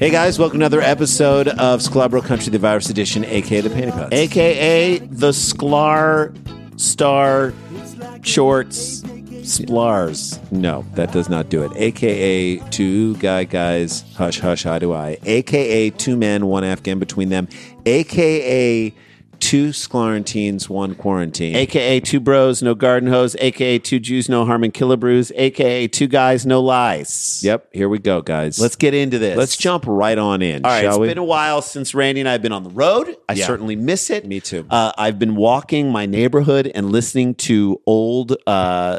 Hey guys, welcome to another episode of Scalabro Country, the virus edition, aka the Panic Pods. AKA the Sklar Star Shorts Splars. No, that does not do it. AKA two guy guys, hush hush, how do I? AKA two men, one Afghan between them. AKA two Sclarentines, one quarantine. aka two bros no garden hose aka two jews no harm and killer brews aka two guys no lies yep, here we go, guys. let's get into this let's jump right on in. all right shall It's we? been a while since randy and i've been on the road i Yeah. certainly miss it Me too. uh, i've been walking my neighborhood and listening to old uh,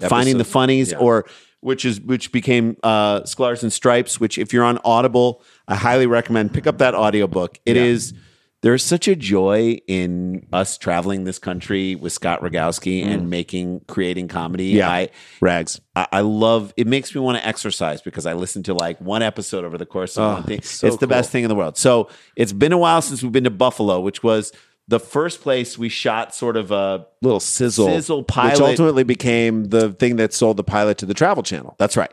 finding the Episodes. funnies Yeah. or which is which became uh sklars and stripes which if you're on audible i highly recommend uh, pick up that audiobook It Yeah. is there's such a joy in us traveling this country with Scott Rogowski and making creating comedy. Mm. Yeah. I, Rags. I I love it makes me want to exercise because I listen to like one episode over the course of Oh, one thing. it's so it's the best cool. thing in the world. So it's been a while since we've been to Buffalo, which was the first place we shot sort of a Little sizzle. Sizzle Which pilot. ultimately became the thing that sold the pilot to the Travel Channel. That's right.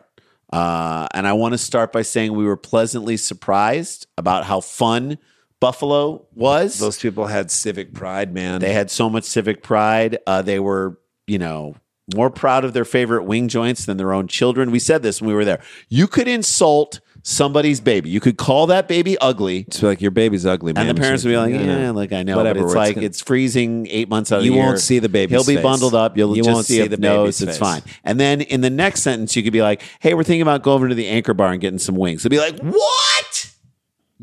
Uh, and I want to start by saying we were pleasantly surprised about how fun Buffalo was. Those people had civic pride, man. they had so much civic pride. Uh, they were, you know, more proud of their favorite wing joints than their own children. We said this when we were there. You could insult somebody's baby. You could call that baby ugly, It's like your baby's ugly, man. and the parents would be like, It's "Yeah, like I know." Whatever, Whatever. But it's it's like gonna- it's freezing eight months out of You the year. won't see the baby's He'll be face. bundled up. You'll You just won't see, see the the nose. baby's It's face. fine. And then in the next sentence, you could be like, "Hey, we're thinking about going over to the Anchor Bar and getting some wings." They'll be like, "What?"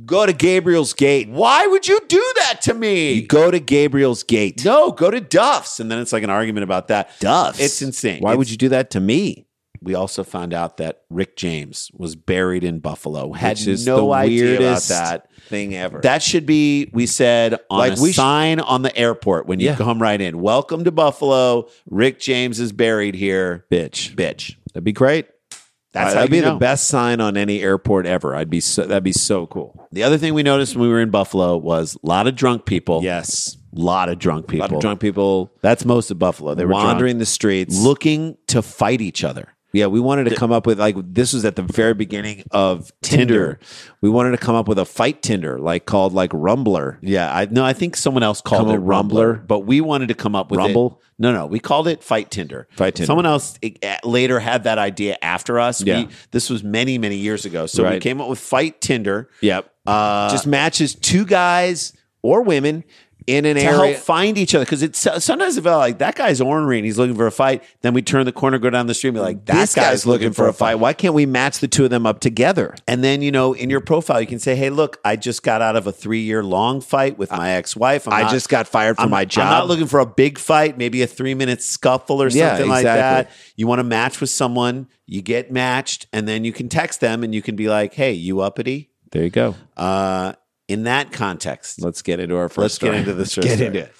Go to Gabriel's Gate. Why would you do that to me? You go to Gabriel's Gate. no, go to Duff's. And then it's like an argument about that. Duff's. It's insane. Why would It's- you do that to me? We also found out that Rick James was buried in Buffalo. Had Which is no the idea about weirdest that. Thing ever. That should be, we said, on Like, a we sh- sign on the airport when you Yeah. come right in. Welcome to Buffalo. Rick James is buried here. bitch. Bitch. That'd be great. Uh, That's how that'd you be know. the best sign on any airport ever. I'd be so, that'd be so cool. The other thing we noticed when we were in Buffalo was a lot of drunk people. Yes. lot of drunk people. A lot of drunk people That's most of Buffalo. They were wandering drunk, the streets. looking to fight each other. Yeah, we wanted to come up with like this was at the very beginning of Tinder. Tinder. We wanted to come up with a fight Tinder, like called like Rumbler. Yeah, I no, I think someone else called Come it a Rumbler, Rumbler. but we wanted to come up with it- Rumble? No, no, we called it Fight Tinder. Fight Tinder. Someone else eh, eh, later had that idea after us. Yeah. We, this was many, many years ago. So we Right. came up with Fight Tinder. Yep. Uh, Just matches two guys or women in an to area. help find each other because it's so- sometimes if I like that guy's ornery and he's looking for a fight, then we turn the corner, go down the street, and be like, that this guy's, looking, for a fight. Why can't we match the two of them up together? And then, you know, in your profile, you can say, hey, look, I just got out of a three year long fight with my ex wife. I just got fired from I'm, my job. I'm not looking for a big fight, maybe a three minute scuffle or something Yeah, like that. exactly. You want to match with someone, you get matched, and then you can text them and you can be like, hey, you uppity? there you go. Uh, in that context, Let's get into our 1st Let's get into this Let's first get story. into it.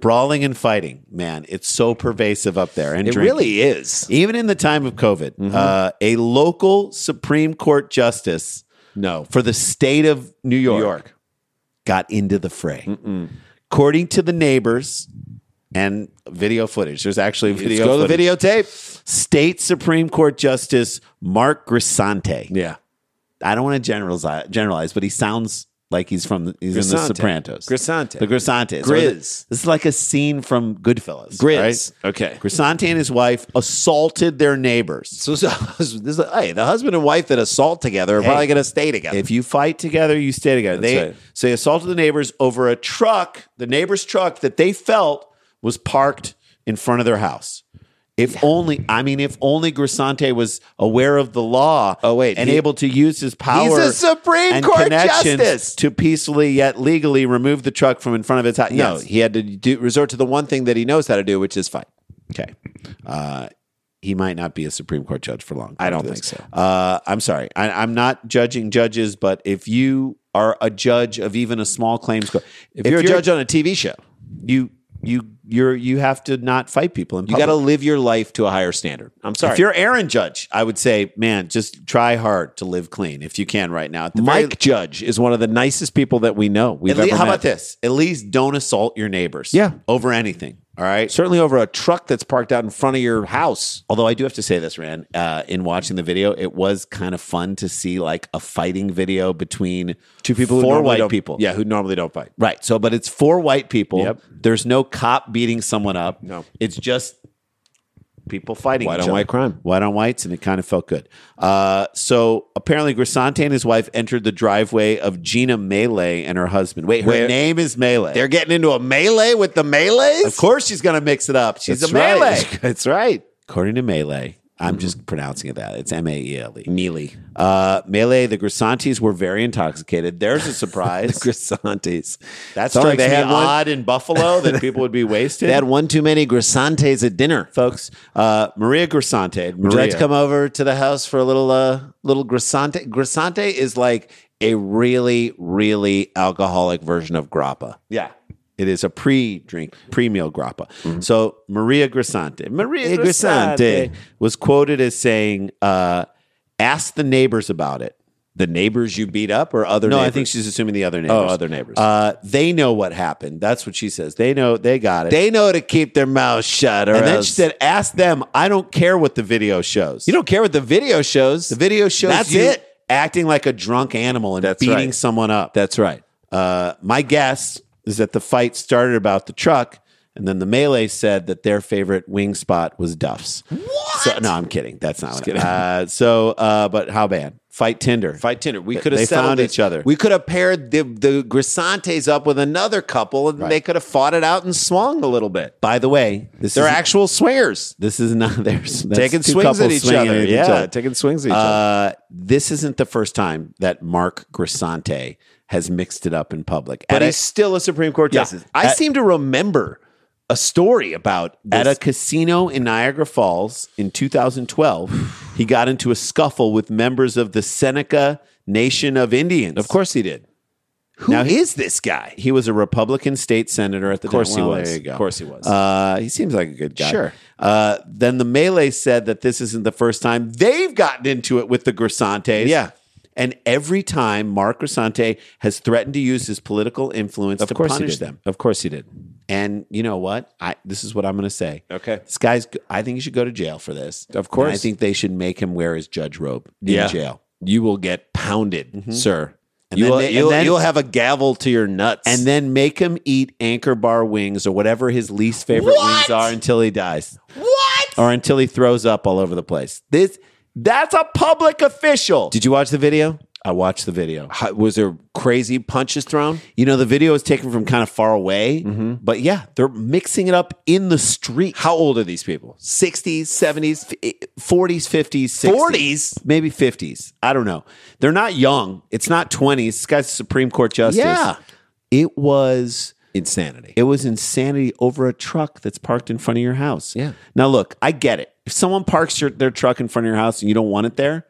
brawling and fighting, man, it's so pervasive up there. And It drinking. really is. Mm-hmm. Even in the time of COVID, uh, a local Supreme Court justice No. for the state of New York, York. got into the fray. According to the neighbors and video footage, there's actually Let's video go to footage. the videotape. State Supreme Court Justice Mark Grisante. Yeah. I don't want to generalize, generalize, but he sounds like he's from the, he's in The Grisante. Sopranos. Grisante. The Grisante. Grizz. This is like a scene from Goodfellas. Grizz. Okay. Grisante and his wife assaulted their neighbors. So, so this is, hey, the husband and wife that assault together are probably going to stay together. If you fight together, you stay together. That's they right. so they assaulted the neighbors over a truck, the neighbor's truck that they felt was parked in front of their house. If only, I mean, if only Grisante was aware of the law. Oh, wait, and he- able to use his power. He's a Supreme and Court connections justice. to peacefully yet legally remove the truck from in front of his house. no, Yes. he had to do, resort to the one thing that he knows how to do, which is fight. Okay. Uh, he might not be a Supreme Court judge for long. I don't after think this. so. Uh, I'm sorry. I, I'm not judging judges, but if you are a judge of even a small claims court, If, you're, a judge on a TV show, you you you're you have to not fight people. In you got to live your life to a higher standard. I'm sorry. If you're Aaron Judge, I would say, man, just try hard to live clean if you can right now. At the very- Mike Judge is one of the nicest people that we know. We've at least, ever how met. about this? At least don't assault your neighbors. Yeah. over anything. All right. Certainly over a truck that's parked out in front of your house. Although I do have to say this, Rand, uh, in watching the video, it was kind of fun to see like a fighting video between Two people, four who normally white don't- people. Yeah, who normally don't fight. right. So, but it's four white people. Yep. There's no cop beating someone up. No. it's just people fighting. White each on other. white crime. White on whites, and it kind of felt good. Uh, so apparently, Grisante and his wife entered the driveway of Gina Melee and her husband. Wait, her Where- name is Melee. They're getting into a melee with the melees. of course, she's gonna mix it up. She's That's a right. melee. That's right. According to Melee, Mm-hmm. I'm just pronouncing it that. It's M A E L E. Neely. Uh, Melee, the Grisantes were very intoxicated. There's a surprise. Grisantes. that Sorry, strikes they me had one- odd in Buffalo that people would be wasted. They had one too many grisantes at dinner. Folks, uh, Maria Grisante. Would you like Maria. to come over to the house for a little uh, little grisante? Grisante is like a really, really alcoholic version of grappa. Yeah. It is a pre-drink, pre-meal grappa. Mm-hmm. So Maria Grisante, Maria Eh, Grisante, Grisante. was quoted as saying, uh, "Ask the neighbors about it." The neighbors you beat up or other No, neighbors? I think she's assuming the Oh, other neighbors. other neighbors. Uh, they know what happened. That's what she says. They know. They got it. they know to keep their mouths shut. Or and then else- she said, "Ask them. I don't care what the video shows. You don't care what the video shows. The video shows. That's you it. Acting like a drunk animal and That's beating right. someone up. That's right. Uh, my guess is that the fight started about the truck, and then the melee said that their favorite wing spot was Duff's. What? So, no, I'm kidding. That's not. What kidding. Uh, so, uh, but how bad? Fight Tinder. Fight Tinder. We They- could have they settled found this. each other. We could have paired the the Grisantes up with another couple, and they could have fought it out and swung a little bit. By the way, this They're is actual swingers. This is not theirs. That's Taking two swings at couples each swinging other. at each Yeah, other. taking swings at each Uh, this isn't the first time that Mark Grisante has mixed it up in public. But At a- he's still a Supreme Court Yeah. justice. I At- seem to remember a story about at this. a casino in Niagara Falls in 2012, he got into a scuffle with members of the Seneca Nation of Indians. of course he did. Who is Now he- this guy? He was a Republican state senator at the Of course time. he Well, was. There you go. Of course he was. Uh, he seems like a good guy. Sure. Uh, then the melee said that this isn't the first time they've gotten into it with the Grisantes. Yeah. And every time Mark Grisante has threatened to use his political influence Of to course he punish did. them. Of course he did. And you know what? I this is what I'm going to say. Okay. This guy's. I think he should go to jail for this. Of course. And I think they should make him wear his judge robe in Yeah. Mm-hmm. jail. You will get pounded, sir. And you then will, they- and you'll, then- you'll have a gavel to your nuts. And then make him eat anchor bar wings or whatever his least favorite wings are until he dies. What? Or until he throws up all over the place. This that's a public official. did you watch the video? I watched the video. How- was there crazy punches thrown? Mm-hmm. You know, the video is taken from kind of far away, but yeah, they're mixing it up in the street. How old are these people? 60s, 70s, f- 40s, 50s, 60s. 40s? Maybe 50s. I don't know. They're not young. It's not 20s. This guy's a Supreme Court justice. Yeah. It was Insanity. it was insanity over a truck that's parked in front of your house. Yeah. Now look, I get it. If someone parks your, their truck in front of your house and you don't want it there,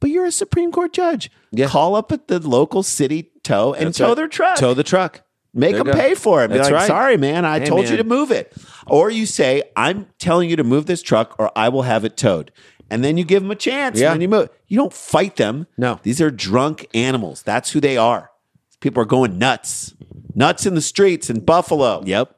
but you're a Supreme Court judge. Yeah. Call up at the local city tow and That's tow right. their truck. Tow the truck. Make There you them go. pay for it. Be That's like, right. sorry, man, I Hey, told man. you to move it. Or you say, I'm telling you to move this truck or I will have it towed. And then you give them a chance Yeah. when you move. You don't fight them. No. These are drunk animals. That's who they are. People are going nuts. Nuts in the streets in Buffalo. Yep.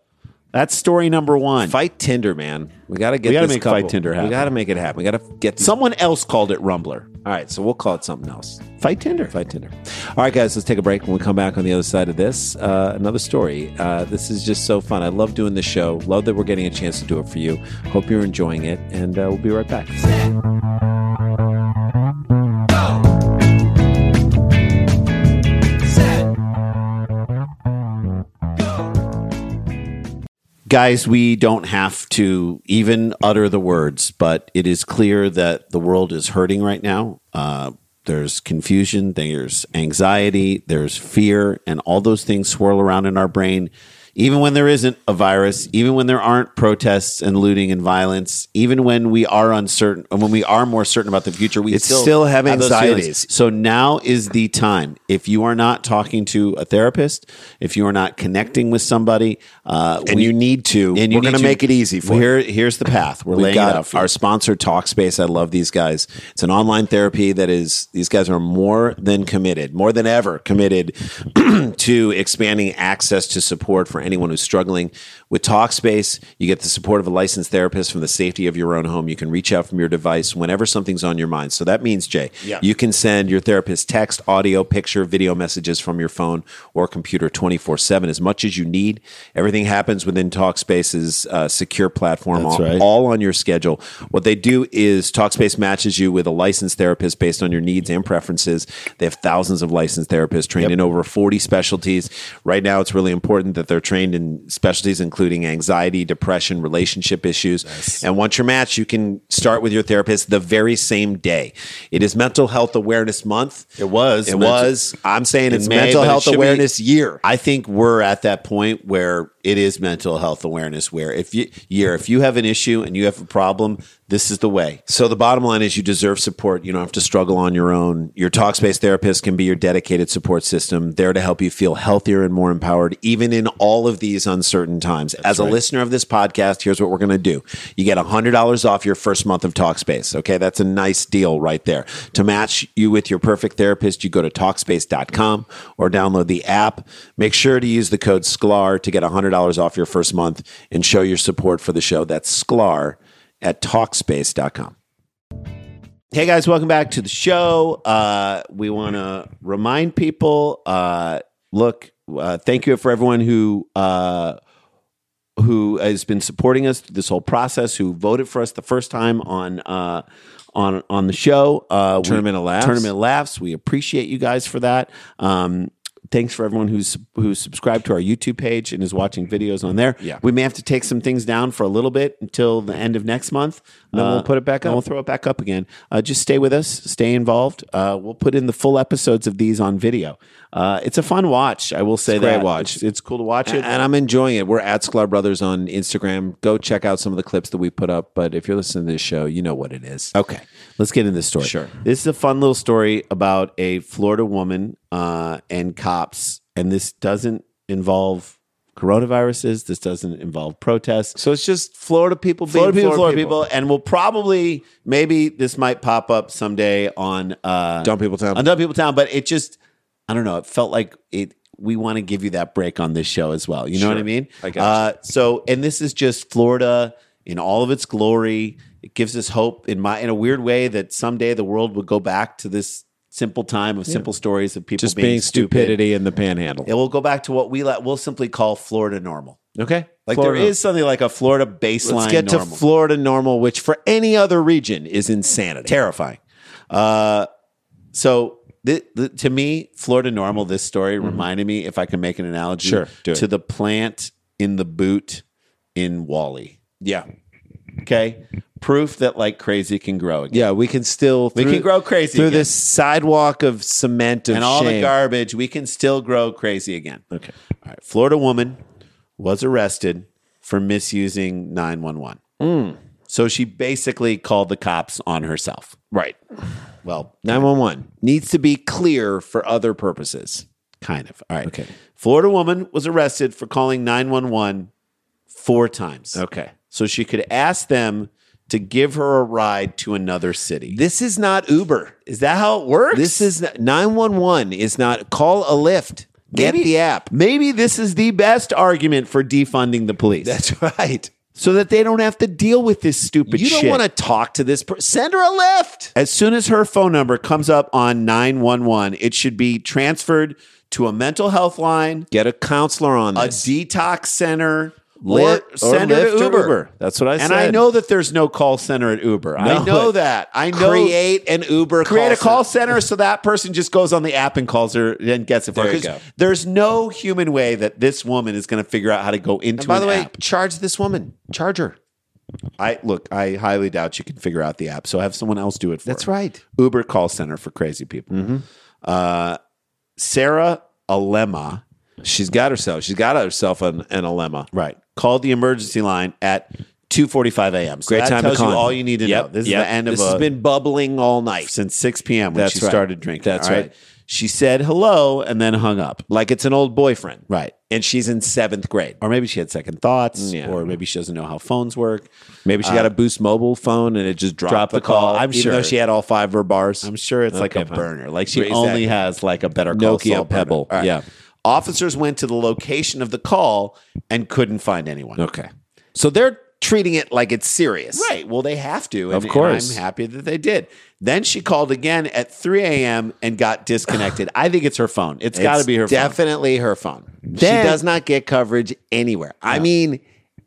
That's story number one. Fight Tinder, man. We got to get We gotta this make Fight couple- Tinder We happen. got to make it happen. We got to get these- Someone else called it Rumbler. All right, so we'll call it something else. Fight Tinder. Fight Tinder. All right, guys, let's take a break. When we come back on the other side of this, uh, another story. Uh, this is just so fun. I love doing this show. Love that we're getting a chance to do it for you. Hope you're enjoying it, and uh, we'll be right back. Guys, we don't have to even utter the words, but it is clear that the world is hurting right now. Uh, there's confusion, there's anxiety, there's fear, and all those things swirl around in our brain. Even when there isn't a virus, even when there aren't protests and looting and violence, even when we are uncertain, when we are more certain about the future, we It's still have those feelings. anxieties. So now is the time. If you are not talking to a therapist, if you are not connecting with somebody, uh, And you need to. and you We're need gonna to- make it easy for Here, here's the path. We're We've laying it out got for you. our sponsor, Talkspace. I love these guys. It's an online therapy that is, these guys are more than committed, more than ever committed to expanding access to support for anyone who's struggling. With Talkspace, you get the support of a licensed therapist from the safety of your own home. You can reach out from your device whenever something's on your mind. So that means, Jay, Yeah. you can send your therapist text, audio, picture, video messages from your phone or computer 24 7, as much as you need. Everything happens within Talkspace's uh, secure platform, That's all, right. all on your schedule. What they do is Talkspace matches you with a licensed therapist based on your needs and preferences. They have thousands of licensed therapists trained in over 40 specialties. Right now, it's really important that they're trained in specialties including anxiety, depression, relationship issues. And once you're matched, you can start with your therapist the very same day. It is Mental Health Awareness Month. It was. It Mental- was. I'm saying it's in May, Mental but it Health should be- Awareness Year. I think we're at that point where it is mental health awareness. Where if you year, if you have an issue and you have a problem, this is the way. So the bottom line is you deserve support. You don't have to struggle on your own. Your Talkspace therapist can be your dedicated support system, there to help you feel healthier and more empowered, even in all of these uncertain times. As a listener of this podcast, here's what we're going to do. You get $100 off your first month of Talkspace. Okay. That's a nice deal right there. To match you with your perfect therapist, you go to Talkspace.com or download the app. Make sure to use the code SCLAR to get $100 off your first month and show your support for the show. That's SCLAR at Talkspace.com. Hey guys, welcome back to the show. Uh, we want to remind people. Uh, look, uh, thank you for everyone who uh, who has been supporting us through this whole process, who voted for us the first time on uh, on on the show. Uh, we- Tournament of Laughs. Tournament of Laughs. We appreciate you guys for that. Um, thanks for everyone who's who's subscribed to our YouTube page and is watching videos on there. Yeah. we may have to take some things down for a little bit until the end of next month. Uh, Then we'll put it back then up. We'll throw it back up again. Uh, just stay with us. Stay involved. Uh, we'll put in the full episodes of these on video. Uh, it's a fun watch. I will say It's a great that watch. It's, it's cool to watch it. And, and I'm enjoying it. We're at Sklar Brothers on Instagram. Go check out some of the clips that we put up. But if you're listening to this show, you know what it is. Okay, let's get into this story. Sure. This is a fun little story about a Florida woman uh, and cops, and this doesn't involve coronaviruses. This doesn't involve protests. So it's just Florida people being Florida people, Florida people. people, and we'll probably maybe this might pop up someday on uh, Dumb people town. on Dumb People Town, but it just I don't know. It felt like it. We want to give you that break on this show as well. You know Sure. what I mean? I gotcha. Uh, so, and this is just Florida in all of its glory. It gives us hope in my in a weird way that someday the world will go back to this simple time of simple stories of people just being, being, stupid. stupidity in the panhandle. It will go back to what we let. We'll simply call Florida normal. Okay. Like there is something like a Florida baseline. Let's get normal. to Florida normal, which for any other region is insanity. terrifying. Uh, so th- th- to me, Florida normal. This story reminded me, if I can make an Mm-hmm. analogy, Sure, do it. to the plant in the boot in Wally. Yeah. Okay, proof that like crazy can grow again. Yeah. We can still, We can grow crazy through again. this sidewalk of cement of and all the shame. garbage, we can still grow crazy again. Okay. All right. Florida woman was arrested for misusing 911. Hmm. So she basically called the cops on herself. Right. Well, 911 needs to be clear for other purposes. Kind of. All right. Okay. Florida woman was arrested for calling 911 four times. Okay. So she could ask them to give her a ride to another city. This is not Uber. is that how it works? This is not- 911 is not call a lift. Get Maybe- the app. Maybe this is the best argument for defunding the police. That's right. so that they don't have to deal with this stupid you shit. don't want to talk to this person. Send her a lift. As soon as her phone number comes up on 911, it should be transferred to a mental health line, Get a counselor on a this. detox center, Li- or or send her Lyft or to Uber. Uber. That's what I And I said. know that there's no call center at Uber. I No. know that. I know. create an Uber. create a call center. center so that person just goes on the app and calls her and gets it for There her. you 'Cause go. There's no human way that this woman is going to figure out how to go into And by an the way, app. charge this woman. Charge her. I look. I highly doubt you can figure out the app. So have someone else do it. for That's her. right. Mm-hmm. Uber call center for crazy people. Uh, Sarah Alema. She's got herself. She's got herself an, an dilemma. Right. Called the emergency line at 2:45 a.m. So Great that time tells to call. you all you need to Yep, know. This yep. is the end This of has a, been bubbling all night, since 6 p.m. when That's she right. started drinking. That's all right. She said hello and then hung up. like it's an old boyfriend, Right. And she's in seventh grade. Or maybe she had second thoughts, Yeah. or maybe she doesn't know how phones work. Maybe she got a Boost mobile phone and it just dropped Dropped the, Uh, the call. call. I'm even sure. though she had all five of her bars. I'm sure it's like Okay, a fine. burner. Like she Raise only that. has like a better call Nokia Saul burner. Pebble. All right. Yeah. Officers went to the location of the call and couldn't find anyone. okay. So they're treating it like it's serious, Right. Well, they have to. and- Of and course. I'm happy that they did. Then she called again at 3 a.m. and got disconnected. I think it's her phone. it's got to be her phone. Definitely her phone. Then- she does not get coverage anywhere. I mean,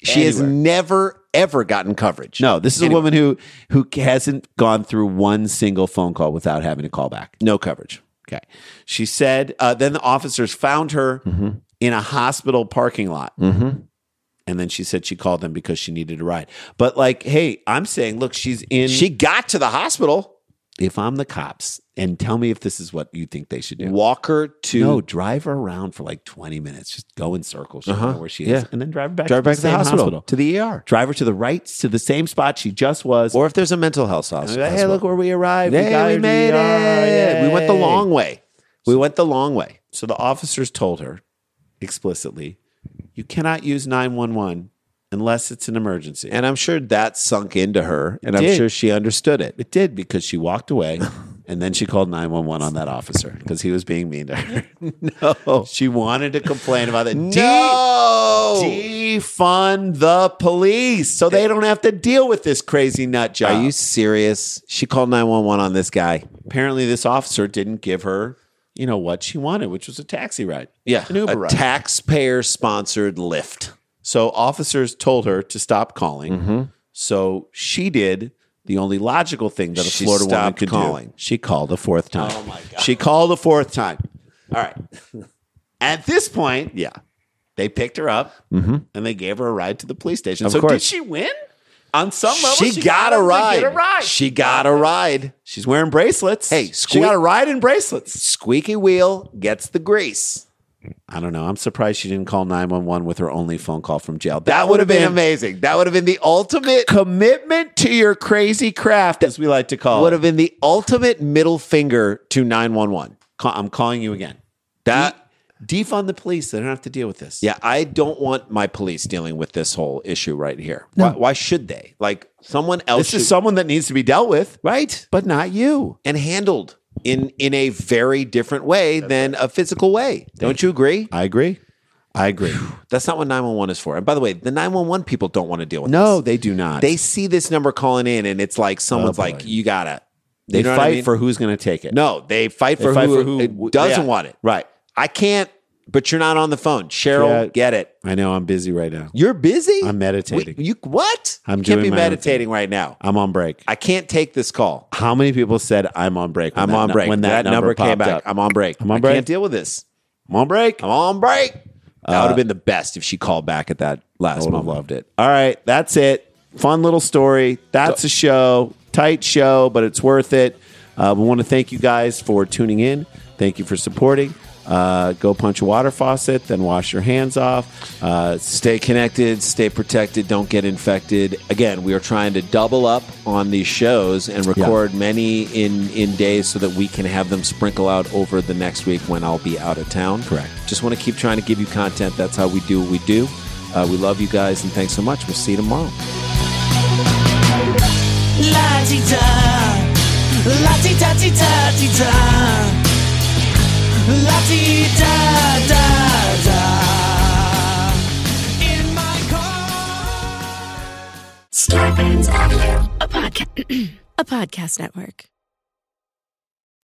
she has Anywhere. never ever gotten coverage. No, this is Anywhere. a woman who who hasn't gone through one single phone call without having to call back. no coverage. Okay. She said, uh, then the officers found her Mm-hmm. in a hospital parking lot. Mm-hmm. And then she said she called them because she needed a ride. But, like, hey, I'm saying, look, she's in. She got to the hospital. if I'm the cops, and tell me if this is what you think they should do. Walk her to No, drive her around for like 20 minutes. Just go in circles. Show her where she is. Uh-huh. Yeah. And then drive her back, drive back to the same hospital, to the ER, Drive her to the right, to the same spot she just was. or if there's a mental health And hos- be like, hospital. hey, look where we arrived. Hey, got we her to the made ER. it. We went the Yay. long way. We went the long way. So the officers told her explicitly, you cannot use 911 unless it's an emergency. And I'm sure that sunk into her, and I'm did. sure she understood it. it did because she walked away and then she called 911 on that officer because he was being mean to her. no. She wanted to complain about it. No! defund the police so they don't have to deal with this crazy nut job. Are you serious? She called 911 on this guy. Apparently, this officer didn't give her, you know, what she wanted, which was a taxi ride. an Uber a ride. taxpayer sponsored lift. so officers told her to stop calling. So she did the only logical thing that a She Florida woman stopped could calling. do. She called a fourth time. Oh my god! She called a fourth time. All right. At this point, Mm-hmm. yeah, they picked her up and they gave her a ride to the police station. Of so did course. she win? on some level, She got to Get a a ride. ride. She got a ride. She's wearing bracelets. Hey, she squeak- got a ride in bracelets. Squeaky wheel gets the grease. I don't know. I'm surprised she didn't call 911 with her only phone call from jail. That would have been amazing. That would have been the ultimate. commitment to your crazy craft, as we like to call Would it. have been the ultimate middle finger to nine one one. Ca- I'm calling you again. That- De- defund the police. They don't have to deal with this. Yeah, I don't want my police dealing with this whole issue right here. Why, why should they? Like someone else. this is should- someone that needs to be dealt with, right. but not you. and handled in in a very different way than a physical way. Don't you agree? I agree. I agree. That's not what 911 is for. And by the way, the 911 people don't want to deal with no, this. they do not. Oh, They see this number calling in and it's like someone's boy. like you got to They You know what I fight mean? for who's going to take it. No, they fight They for, fight who, for who- it doesn't yeah. want it. Right. I can't but you're not on the phone. Cheryl, Yeah. get it. I know I'm busy right now. You're busy? I'm meditating. We- you what? I'm you can't doing be my own meditating right now. I'm on break. I can't take this call. How many people said I'm on break? when I'm that on nu- break. when that, number, came popped back. up? I'm on break. I'm on I break. can't deal with this. I'm on break. Uh, I'm on break. That would have been the best if she called back at that last Would've moment. loved it. All right, that's it. Fun little story. That's a show. Tight show, but it's worth it. Uh, we want to thank you guys for tuning in. Thank you for supporting. Uh, go punch a water faucet, then wash your hands off. Uh, Stay connected, stay protected, don't get infected. Again, we are trying to double up on these shows and record many in in days so that we can have them sprinkle out over the next week when I'll be out of town. Correct. Just want to keep trying to give you content. That's how we do what we do. Uh, we love you guys and thanks so much. We'll see you tomorrow. La-di-da, la-di-da-di-da-di-da, la-di-da-da-da. In my car. a podcast network.